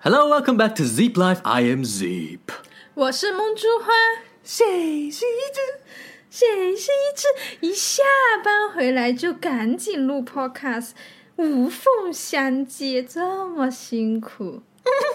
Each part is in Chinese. Hello, welcome back to Zeep Life. I am Zeep. 我是梦珠花，谁是一只？谁是一只一下班回来就赶紧录 podcast，无缝衔接，这么辛苦。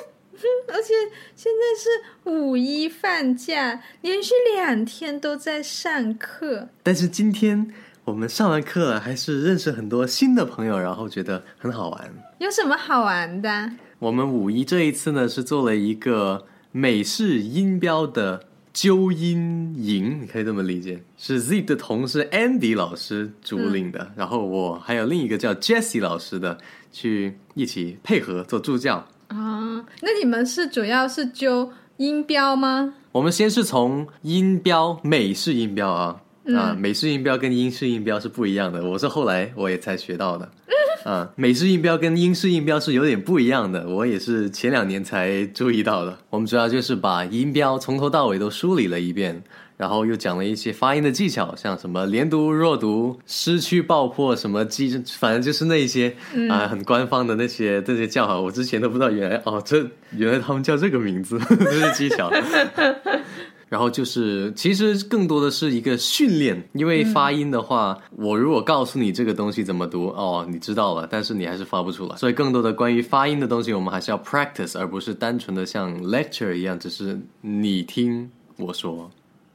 而且现在是五一放假，连续两天都在上课。但是今天我们上完课了，还是认识很多新的朋友，然后觉得很好玩。有什么好玩的？我们五一这一次呢，是做了一个美式音标的纠音营，你可以这么理解，是 Zip 的同事 Andy 老师主领的，然后我还有另一个叫 Jesse 老师的去一起配合做助教。啊，那你们是主要是揪音标吗？我们先是从音标，美式音标啊，啊，美式音标跟英式音标是不一样的。我是后来我也才学到的， 啊，美式音标跟英式音标是有点不一样的，我也是前两年才注意到的。我们主要就是把音标从头到尾都梳理了一遍，然后又讲了一些发音的技巧，像什么连读、弱读、失去爆破什么记，反正就是那一些啊，很官方的那些这些叫法，我之前都不知道原来哦，这原来他们叫这个名字， 这是技巧。然后就是，其实更多的是一个训练，因为发音的话，我如果告诉你这个东西怎么读，哦，你知道了，但是你还是发不出来。所以更多的关于发音的东西，我们还是要 practice，而不是单纯的像 lecture 一样，只是你听我说。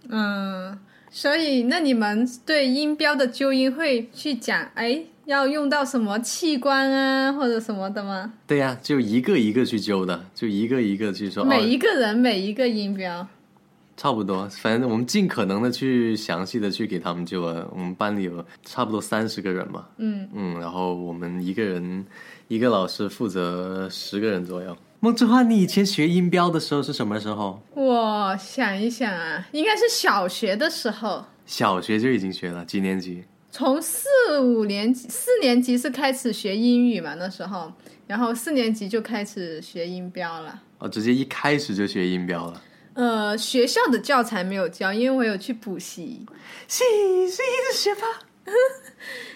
嗯，所以那你们对音标的纠音会去讲，哎，要用到什么器官啊，或者什么的吗？对呀、就一个一个去揪的，就一个一个去说，每哦，一个人每一个音标，差不多，反正我们尽可能的去详细的去给他们揪了。我们班里有差不多三十个人嘛，嗯，嗯，然后我们一个人一个老师负责十个人左右。孟之焕，你以前学音标的时候是什么时候？我想一想啊，应该是小学的时候，小学就已经学了，几年级？从四五年级四年级是开始学英语嘛，那时候，然后四年级就开始学音标了。哦，直接一开始就学音标了。呃，学校的教材没有教，因为我有去补习，是是一直学吧。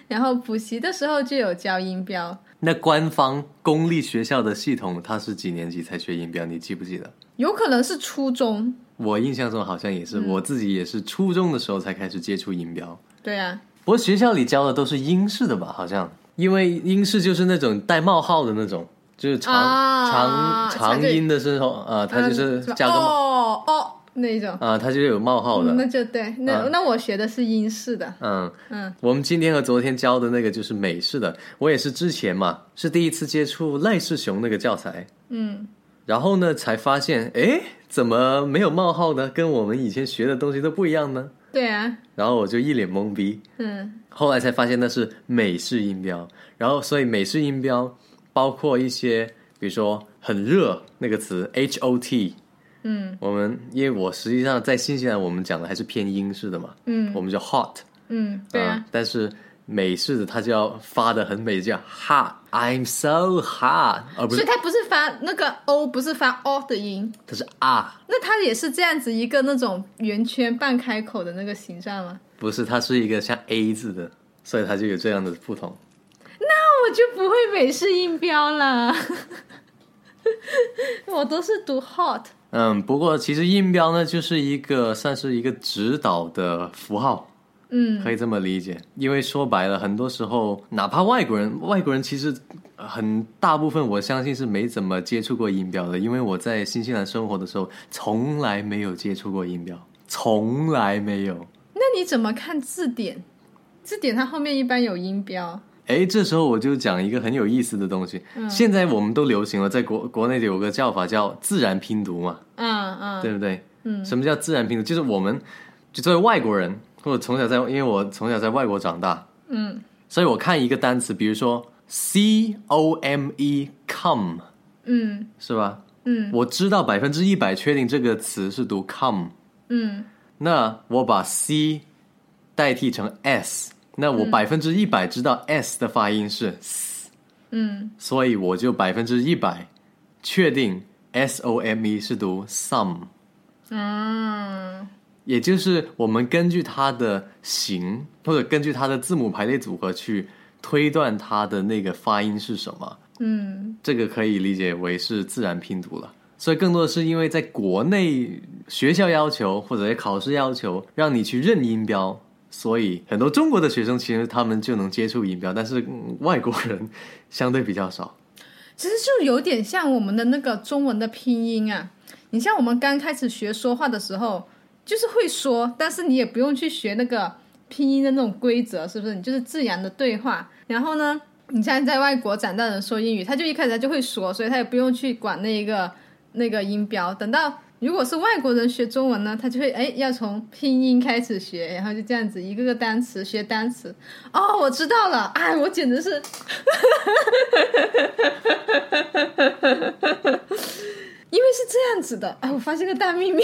然后补习的时候就有教音标，那官方公立学校的系统，它是几年级才学音标？你记不记得？有可能是初中，我印象中好像也是，我自己也是初中的时候才开始接触音标。对啊，不过学校里教的都是英式的吧？好像，因为英式就是那种带冒号的那种，就是长、啊长长对音的时候，啊，它就是嗯什么加个冒，哦哦那种，嗯啊，它就是有冒号的。那就对，那、那我学的是英式的，嗯，嗯，我们今天和昨天教的那个就是美式的，我也是之前嘛，是第一次接触赖世雄那个教材，嗯，然后呢才发现，诶，怎么没有冒号呢？跟我们以前学的东西都不一样呢？对啊，然后我就一脸懵逼，嗯后来才发现那是美式音标，然后所以美式音标包括一些，比如说很热那个词 H O T，嗯我们因为我实际上在新西兰我们讲的还是偏英式的嘛，嗯我们叫 hot，嗯，对啊，嗯但是美式的它就要发的很美，叫 hot，I'm so hot，而不所以是它不是发那个 o，不是发 o 的音，它是啊，那它也是这样子一个那种圆圈半开口的那个形状吗？不是它是一个像 A 字的，所以它就有这样的不同。那我就不会美式音标了， 我都是读 hot，嗯，不过其实音标呢，就是一个算是一个指导的符号，嗯可以这么理解。因为说白了，很多时候哪怕外国人，外国人其实很大部分我相信是没怎么接触过音标的，因为我在新西兰生活的时候，从来没有接触过音标，从来没有。那你怎么看字典？字典它后面一般有音标，哎，这时候我就讲一个很有意思的东西。现在我们都流行了，在国国内有个叫法叫自然拼读嘛。嗯嗯，对不对？嗯，什么叫自然拼读？就是我们就作为外国人，或者从小在，因为我从小在外国长大，嗯所以我看一个单词，比如说 C O M E come 嗯是吧？嗯，我知道百分之一百确定这个词是读 come，嗯那我把 C 代替成 S，那我百分之一百知道 S 的发音是 S，、嗯所以我就百分之一百确定 S O M E 是读 some。嗯也就是我们根据它的形或者根据它的字母排列组合去推断它的那个发音是什么。嗯这个可以理解为是自然拼读了。所以更多的是因为在国内学校要求或者是考试要求让你去认音标，所以很多中国的学生其实他们就能接触音标，但是、嗯外国人相对比较少。其实就有点像我们的那个中文的拼音啊。你像我们刚开始学说话的时候，就是会说，但是你也不用去学那个拼音的那种规则，是不是？你就是自然的对话。然后呢，你像在外国长大的人说英语，他就一开始他就会说，所以他也不用去管那一个那个音标。等到如果是外国人学中文呢，他就会哎要从拼音开始学，然后就这样子一个个单词学单词。哦，我知道了，哎，我简直是。因为是这样子的，哎，我发现个大秘密，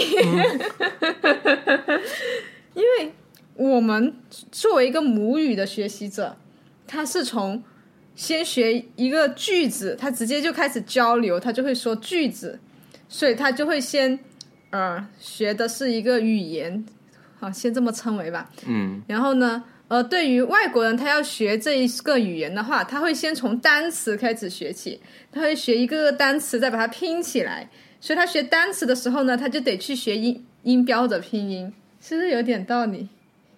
因为我们作为一个母语的学习者，他是从先学一个句子，他直接就开始交流，他就会说句子，所以他就会先呃学的是一个语言，好，先这么称为吧。嗯，然后呢，呃，对于外国人，他要学这一个语言的话，他会先从单词开始学起，他会学一个个单词，再把它拼起来。所以他学单词的时候呢，他就得去学音音标的拼音，是不是有点道理？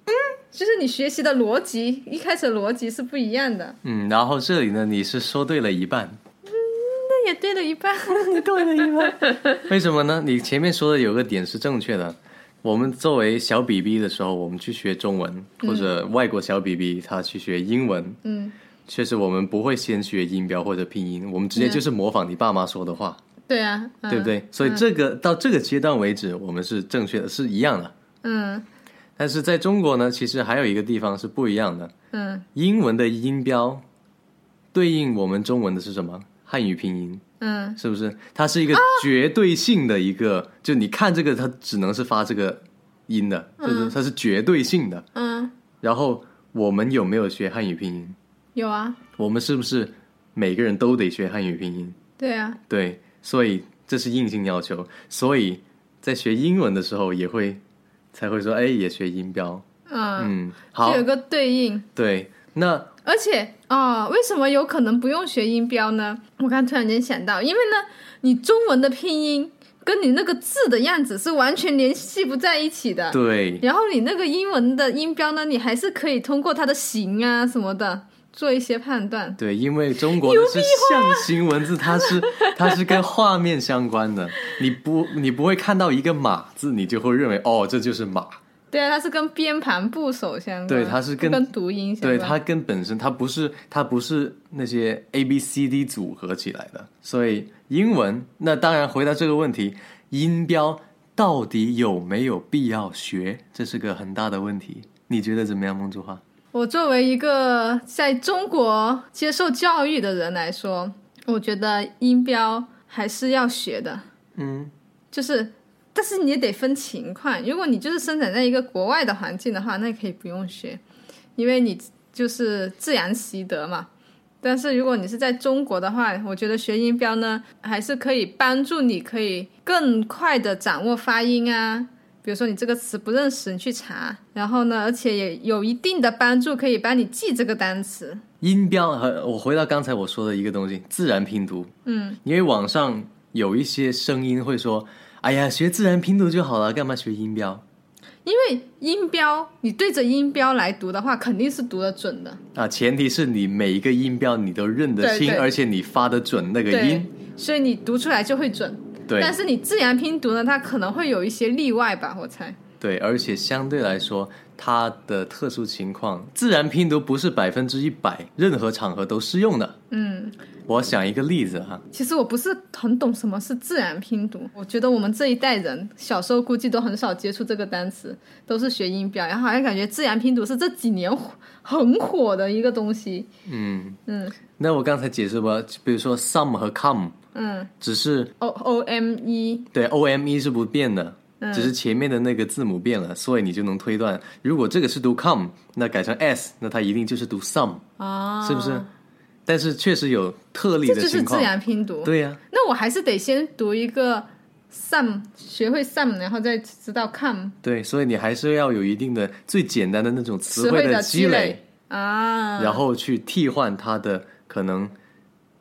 嗯，就是你学习的逻辑，一开始逻辑是不一样的。嗯，然后这里呢，你是说对了一半，那也对了一半，对了一半。 为什么呢？你前面说的有个点是正确的。我们作为小 BB 的时候，我们去学中文，或者外国小 BB 他去学英文，嗯，确实我们不会先学音标或者拼音，我们直接就是模仿你爸妈说的话，对啊，嗯、对不？对？所以这个、到这个阶段为止，我们是正确的，是一样的。嗯但是在中国呢，其实还有一个地方是不一样的，嗯英文的音标对应我们中文的是什么？汉语拼音。嗯，是不是？它是一个绝对性的一个，就你看这个，它只能是发这个音的，就是它是绝对性的。嗯，然后我们有没有学汉语拼音？有啊，我们是不是每个人都得学汉语拼音？对啊，对，所以这是硬性要求。所以在学英文的时候也会才会说，哎，也学音标。嗯，嗯，好就，有个对应。对，那而且啊、为什么有可能不用学音标呢？我刚突然间想到，因为呢，你中文的拼音跟你那个字的样子是完全联系不在一起的。对，然后你那个英文的音标呢，你还是可以通过它的形啊什么的做一些判断。对，因为中国的是象形文字，它是它是跟画面相关的。你不你不会看到一个马字，你就会认为哦，这就是马。对啊，它是跟编盘部首相关，对它是跟不跟读音相对，关。它跟本身它不是它不是那些 A B C D 组合起来的。所以英文那当然回答这个问题，音标到底有没有必要学，这是个很大的问题。你觉得怎么样，梦竹花？我作为一个在中国接受教育的人来说，我觉得音标还是要学的。嗯，就是，但是你也得分情况。如果你就是生长在一个国外的环境的话，那可以不用学，因为你就是自然习得嘛。但是如果你是在中国的话，我觉得学音标呢，还是可以帮助你可以更快的掌握发音啊。比如说你这个词不认识，你去查，然后呢，而且也有一定的帮助，可以帮你记这个单词。音标和我回到刚才我说的一个东西，自然拼读。嗯，因为网上有一些声音会说：“哎呀，学自然拼读就好了，干嘛学音标因为音标，你对着音标来读的话，肯定是读得准的。啊？”前提是你每一个音标你都认得清，对对而且你发得准那个对音。，所以你读出来就会准。对但是你自然拼读呢，它可能会有一些例外吧，我猜。对，而且相对来说，它的特殊情况，自然拼读不是百分之一百，任何场合都适用的。嗯，我想一个例子哈，其实我不是很懂什么是自然拼读，我觉得我们这一代人小时候估计都很少接触这个单词，都是学音标，然后好像感觉自然拼读是这几年火很火的一个东西。嗯，嗯那我刚才解释过，比如说 some 和 come，嗯只是，O O M E，对，O M E 是不变的，嗯只是前面的那个字母变了，所以你就能推断，如果这个是读 come，那改成 s，那它一定就是读 some，啊，是不是？？但是确实有特例这的就是情自况，然拼读。对呀、那我还是得先读一个 some，学会 some，然后再知道 come 对，所以你还是要有一定的最简单的那种词词汇的的积积累啊。然后去替换它的可能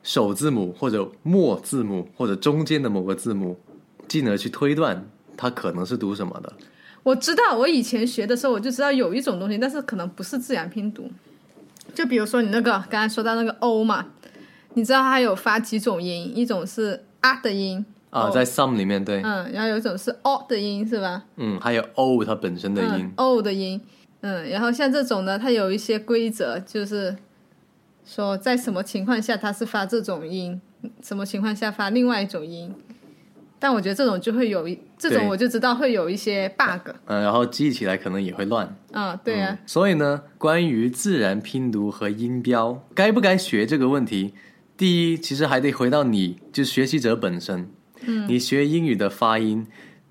首字母或者末字母或者中间的某个字母，进而去推断它可能是读什么的。我知道，我以前学的时候我就知道有一种东西，但是可能不是自然拼读。就比如说你那个刚才说到那个 O 嘛，你知道它有发几种音，一种是啊的音啊，哦在 some 里面对，嗯，然后有一种是 o 的音是吧？嗯，还有 o 它本身的音嗯，o 的音，嗯，然后像这种呢，它有一些规则，就是说在什么情况下它是发这种音，什么情况下发另外一种音。但我觉得这种就会有一，这种对我就知道会有一些 bug，嗯，然后记起来可能也会乱。嗯，对啊，所以呢，关于自然拼读和音标该不该学这个问题，第一，其实还得回到你，就是学习者本身。嗯，你学英语的发音，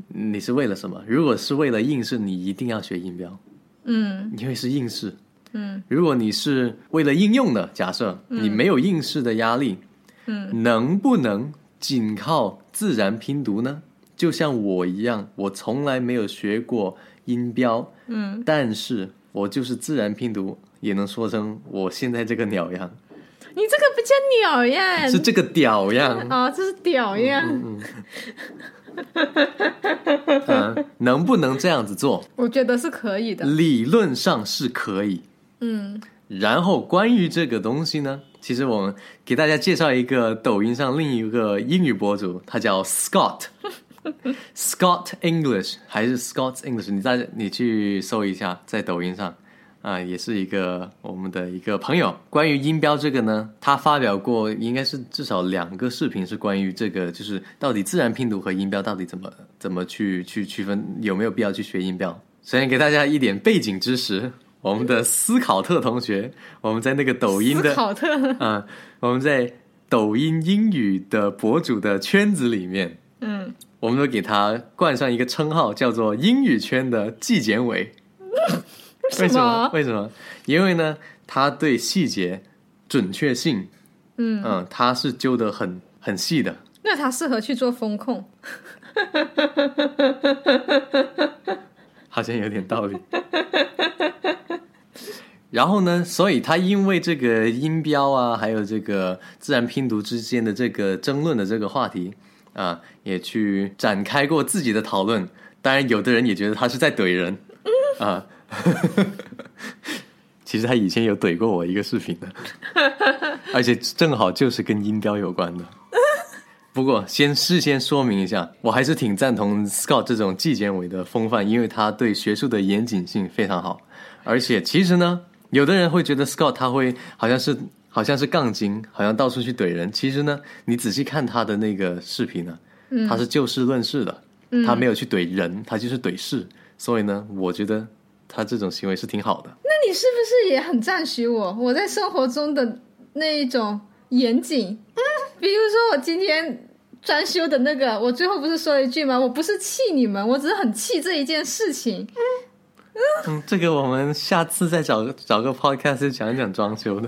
你是为了什么？如果是为了应试，你一定要学音标，嗯因为是应试。嗯，如果你是为了应用的，假设你没有应试的压力，嗯，能不能仅靠自然拼读呢？就像我一样，我从来没有学过音标，嗯，但是我就是自然拼读也能说成我现在这个鸟样，你这个不叫鸟呀，是这嗯个屌 样，哦，这是屌呀！嗯，能不能这样子做？我觉得是可以的。理论上是可以，嗯然后关于这个东西呢，其实我们给大家介绍一个抖音上另一个英语博主，他叫 Scott。Scott English 还是 Scott English？你在你去搜一下，在抖音上啊、也是一个我们的一个朋友。关于音标这个呢，他发表过应该是至少两个视频，是关于这个，就是到底自然拼读和音标到底怎么怎么去去区分，有没有必要去学音标？首先给大家一点背景知识，我们的斯考特同学，我们在那个抖音的斯考特， 啊、我们在抖音英语的博主的圈子里面，嗯，我们都给他冠上一个称号，叫做英语圈的纪检 委。为什什么么？？为什么？因为呢，他对细节准确性，嗯嗯，他是揪得很很细的。那他适合去做风控。好像有点道理。 然后呢，所以他因为这个音标啊，还有这个自然拼读之间的这个争论的这个话题啊，也去展开过自己的讨论。当然，有的人也觉得他是在怼人啊。 其实他以前有怼过我一个视频的，而且正好就是跟音标有关的。不过，先事先说明一下，我还是挺赞同 Scott 这种纪检委的风范，因为他对学术的严谨性非常好。而且，其实呢，有的人会觉得 Scott 他会好像是好像是杠精，好像到处去怼人。其实呢，你仔细看他的那个视频呢、他是就事论事的，他没有去怼人，他就是怼事。所以呢，我觉得他这种行为是挺好的。那你是不是也很赞许我？我在生活中的那一种严谨，嗯，比如说我今天装修的那个，我最后不是说了一句吗？我不是气你们，我只是很气这一件事情。嗯，这个我们下次再找个找个 podcast 讲一讲装修 的。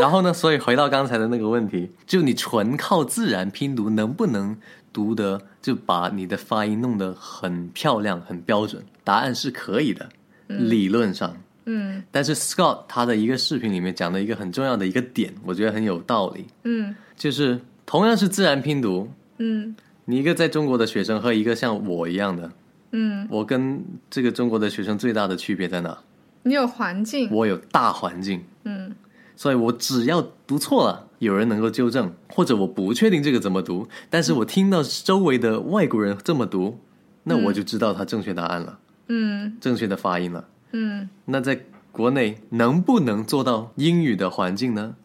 然后呢，所以回到刚才的那个问题，就你纯靠自然拼读能不能读得就把你的发音弄得很漂亮、很标准？答案是可以的，理论上。嗯但是 Scott 他的一个视频里面讲的一个很重要的一个点，我觉得很有道理，嗯就是同样是自然拼读，嗯你一个在中国的学生和一个像我一样的，嗯，我跟这个中国的学生最大的区别在哪？你有环境，我有大环境，嗯所以我只要读错了，有人能够纠正，或者我不确定这个怎么读，但是我听到周围的外国人这么读，那我就知道他正确答案了，嗯正确的发音了。嗯，那在国内能不能做到英语的环境呢？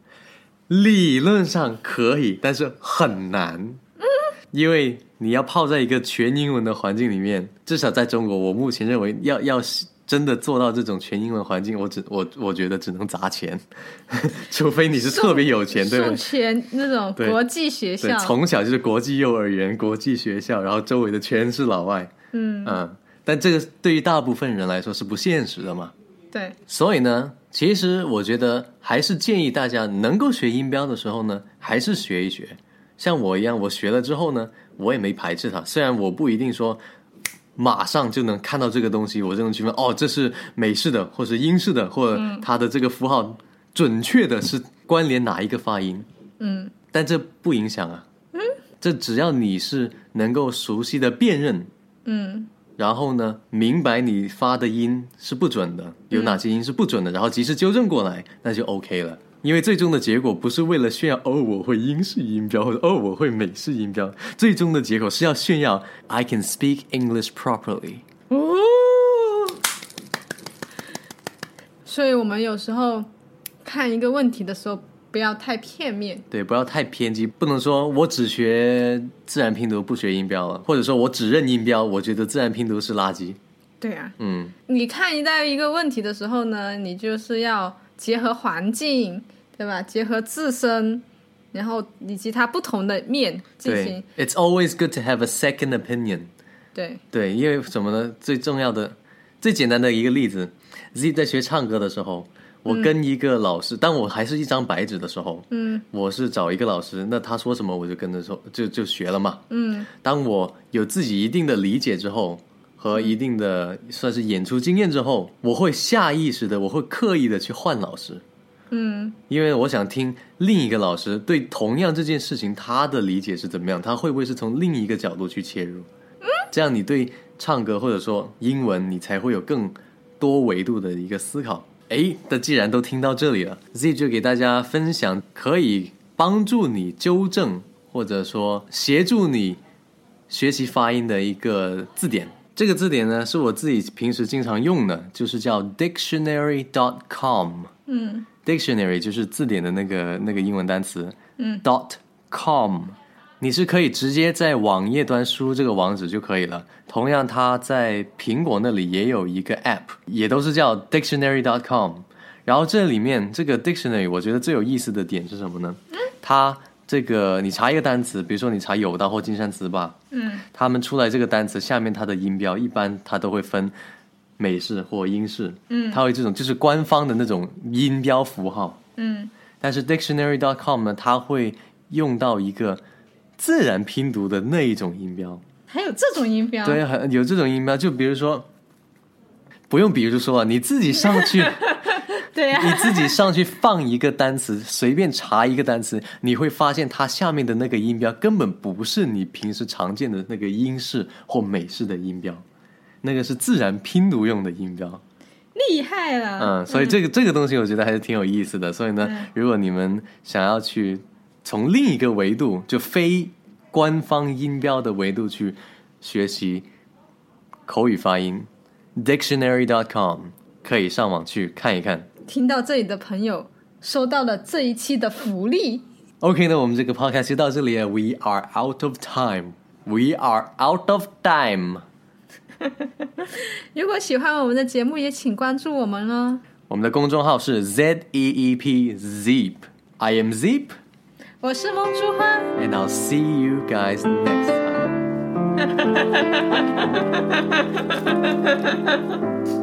理论上可以，但是很难，嗯因为你要泡在一个全英文的环境里面，至少在中国，我目前认为要要是真的做到这种全英文环境，我只我我觉得只能砸钱， 除非你是特别有 钱，对不授对？权那种对国际学对校，，从小就是国际幼儿园、国际学校，然后周围的全是老外，嗯嗯，但这个对于大部分人来说是不现实的嘛，对，所以呢，其实我觉得还是建议大家能够学音标的时候呢，还是学一学。像我一样，我学了之后呢，我也没排斥它。虽然我不一定说马上就能看到这个东西，我就能区分哦，这是美式的，或是英式的，或者它的这个符号准确的是关联哪一个发音，嗯但这不影响啊。嗯，这只要你是能够熟悉的辨认，嗯然后呢，明白你发的音是不准的，有哪些音是不准的，然后及时纠正过来，那就 OK 了。因为最终的结果不是为了炫耀哦我会英式音标或者哦我会美式音标，最终的结果是要炫耀 I can speak English properly。哦。所以我们有时候看一个问题的时候，不要太片面。对，不要太偏激，不能说我只学自然拼读不学音标了，或者说我只认音标，我觉得自然拼读是垃圾。对啊，嗯，你看待一个问题的时候呢，你就是要结合环境，对吧？结合自身，然后以及它不同的面进对行。 ，It's always good to have a second opinion。对，对，因为什么呢？最重要的、最简单的一个例子，Z 在学唱歌的时候，我跟一个老师，当我还是一张白纸的时候，嗯我是找一个老师，那他说什么我就跟着说，就就学了嘛。嗯当我有自己一定的理解之后，嗯和一定的算是演出经验之后，我会下意识的，我会刻意的去换老师，嗯因为我想听另一个老师对同样这件事情他的理解是怎么样，他会不会是从另一个角度去切入？这样你对唱歌或者说英文，你才会有更多维度的一个思考。诶，那既然都听到这里了，Z 就给大家分享可以帮助你纠正或者说协助你学习发音的一个字典。这个字典呢，是我自己平时经常用的，就是叫 dictionary.com。嗯 dictionary 就是字典的那个那个英文单词，嗯，dot com，你是可以直接在网页端输入这个网址就可以了。同样，它在苹果那里也有一个 app，也都是叫 dictionary dot com。然后这里面这个 dictionary，我觉得最有意思的点是什么呢？它这个你查一个单词，比如说你查有道或金山词霸，嗯他们出来这个单词下面它的音标，一般它都会分美式或英式，嗯它会这种就是官方的那种音标符号。嗯但是 dictionary.com 呢，它会用到一个自然拼读的那一种音标，还有这种音标。对，很有这种音标，就比如说，不用比如说啊，你自己上去，对啊呀、你自己上去放一个单词，随便查一个单词，你会发现它下面的那个音标根本不是你平时常见的那个英式或美式的音标，那个是自然拼读用的音标。厉害了。嗯，所以这个、这个东西我觉得还是挺有意思的。所以呢，嗯如果你们想要去从另一个维度，就非官方音标的维度去学习口语发音，dictionary.com 可以上网去看一看。听到这里的朋友收到了这一期的福利。 OK，那我们这个 podcast 就到这里了。We 啊 are out of time. We are out of time. 如果喜欢我们的节目，也请关注我们哦。我们的公众号是 Z E E P Zeep. I am Zeep, 我是梦珠花， and I'll see you guys next time.